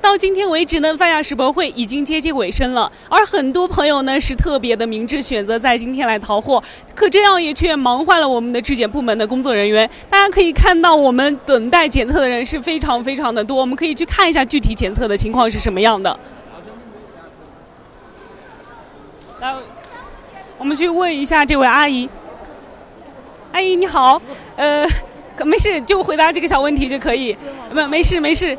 到今天为止呢，泛亚世博会已经接近尾声了，而很多朋友呢是特别的明智，选择在今天来淘货，可这样也却忙坏了我们的质检部门的工作人员。大家可以看到，我们等待检测的人是非常非常的多，我们可以去看一下具体检测的情况是什么样的。来，我们去问一下这位阿姨。阿姨你好，呃，可没事，就回答这个小问题就可以，呃没没事没事。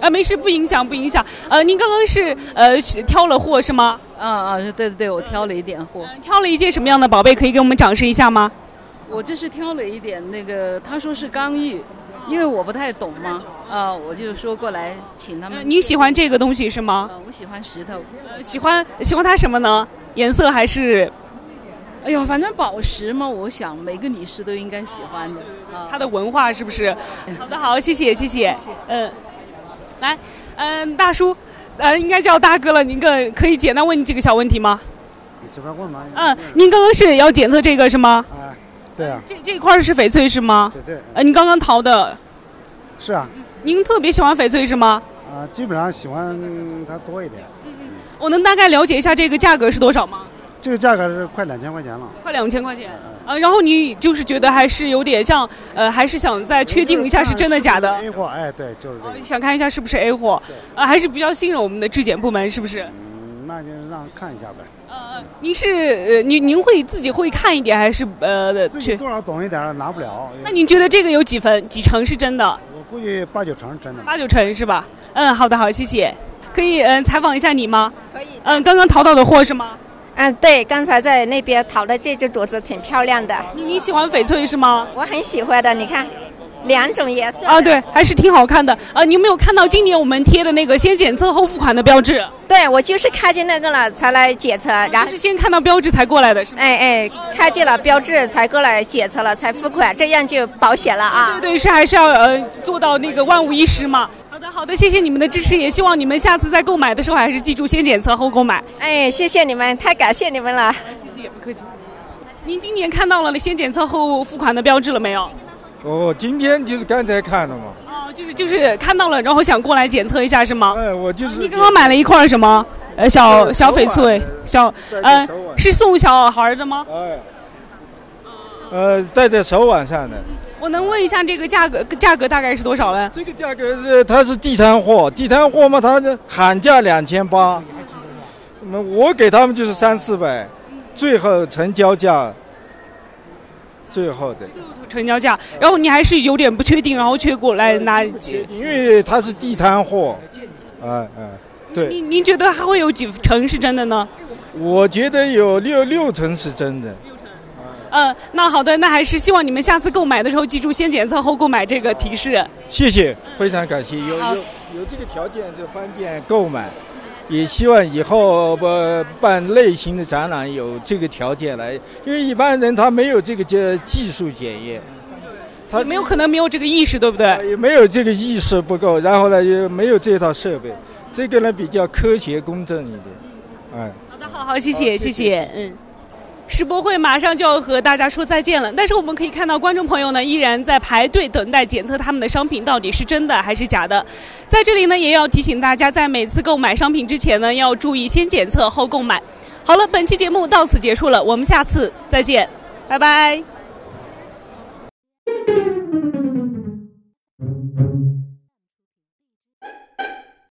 啊，没事，不影响，不影响。呃，您刚刚是呃是挑了货是吗？呃啊啊，对对对，我挑了一点货，挑了一件什么样的宝贝？可以给我们展示一下吗？我这是挑了一点那个，他说是刚玉，因为我不太懂嘛，啊，我就说过来请他呃们。您喜欢这个东西是吗？啊，我喜欢石头，呃喜欢喜欢它什么呢？颜色还是哎呦，反正宝石嘛，我想每个女士都应该喜欢的啊。它的文化是不是？好的，好，谢谢，谢谢。嗯，来，嗯，大叔，呃，应该叫大哥了。您个可以简单问几个小问题吗？你随便问吧。嗯，您刚刚是要检测这个是吗？啊，对啊，这这块儿是翡翠是吗？对对，呃，您刚刚淘的，是啊，您特别喜欢翡翠是吗？啊，基本上喜欢它多一点。我能大概了解一下这个价格是多少吗？这个价格是快两千块钱了，快两千块钱啊！然后你就是觉得还是有点像，呃，还是想再确定一下是真的假的， A 货，哎，对，就是这个。想看一下是不是 A 货，啊，还是比较信任我们的质检部门，是不是？嗯，那就让看一下呗。呃，您是呃，您您会自己会看一点，还是呃自己去？多少懂一点儿拿不了，那您觉得这个有几分几成是真的？我估计八九成是真的。八九成是吧？嗯，好的，好，谢谢。可以嗯、采访一下你吗？可以。嗯，刚刚淘到的货是吗？嗯，对，刚才在那边淘的这只镯子挺漂亮的，你你喜欢翡翠是吗？我很喜欢的。你看，两种颜色啊，，对，还是挺好看的。啊，你有没有看到今年我们贴的那个先检测后付款的标志？对我就是看见那个了才来检测，然然后哦后是。先看到标志才过来的，是吗？哎哎，看见了标志才过来检测了，才付款，这样就保险了啊！对对，是还是要呃做到那个万无一失嘛。好的好的，谢谢你们的支持，也希望你们下次在购买的时候还是记住先检测后购买。哎，谢谢你们，太感谢你们了。谢谢，也不客气。您今年看到了先检测后付款的标志了没有？哦，今天就是刚才看了嘛。哦，就是就是看到了，然后想过来检测一下是吗？哎，我就是、啊你刚刚买了一块什么？呃，小小翡翠，小呃是送小孩的吗？哎，呃，戴在手腕上的。我能问一下这个价格价格大概是多少呢？这个价格是它是地摊货，地摊货嘛，它的喊价两千八，那么我给他们就是三四百，最后成交价，最后的，成交价，然后你还是有点不确定，然后却过来拿几因为它是地摊货，哎哎，对，您您觉得还会有几成是真的呢？我觉得有六六成是真的。呃，那好的，那还是希望你们下次购买的时候记住先检测后购买这个提示。谢谢，非常感谢，有好有有这个条件就方便购买，也希望以后呃办类型的展览有这个条件来，因为一般人他没有这个技技术检验，他有没有可能没有这个意识，对不呃对？也没有这个意识不够，然后呢也没有这套设备，这个呢比较科学公正一点，哎。好的，好好，谢谢，谢谢，嗯。世博会马上就要和大家说再见了，但是我们可以看到观众朋友呢依然在排队等待检测他们的商品到底是真的还是假的。在这里呢，也要提醒大家，在每次购买商品之前呢，要注意先检测后购买。好了，本期节目到此结束了，我们下次再见，拜拜。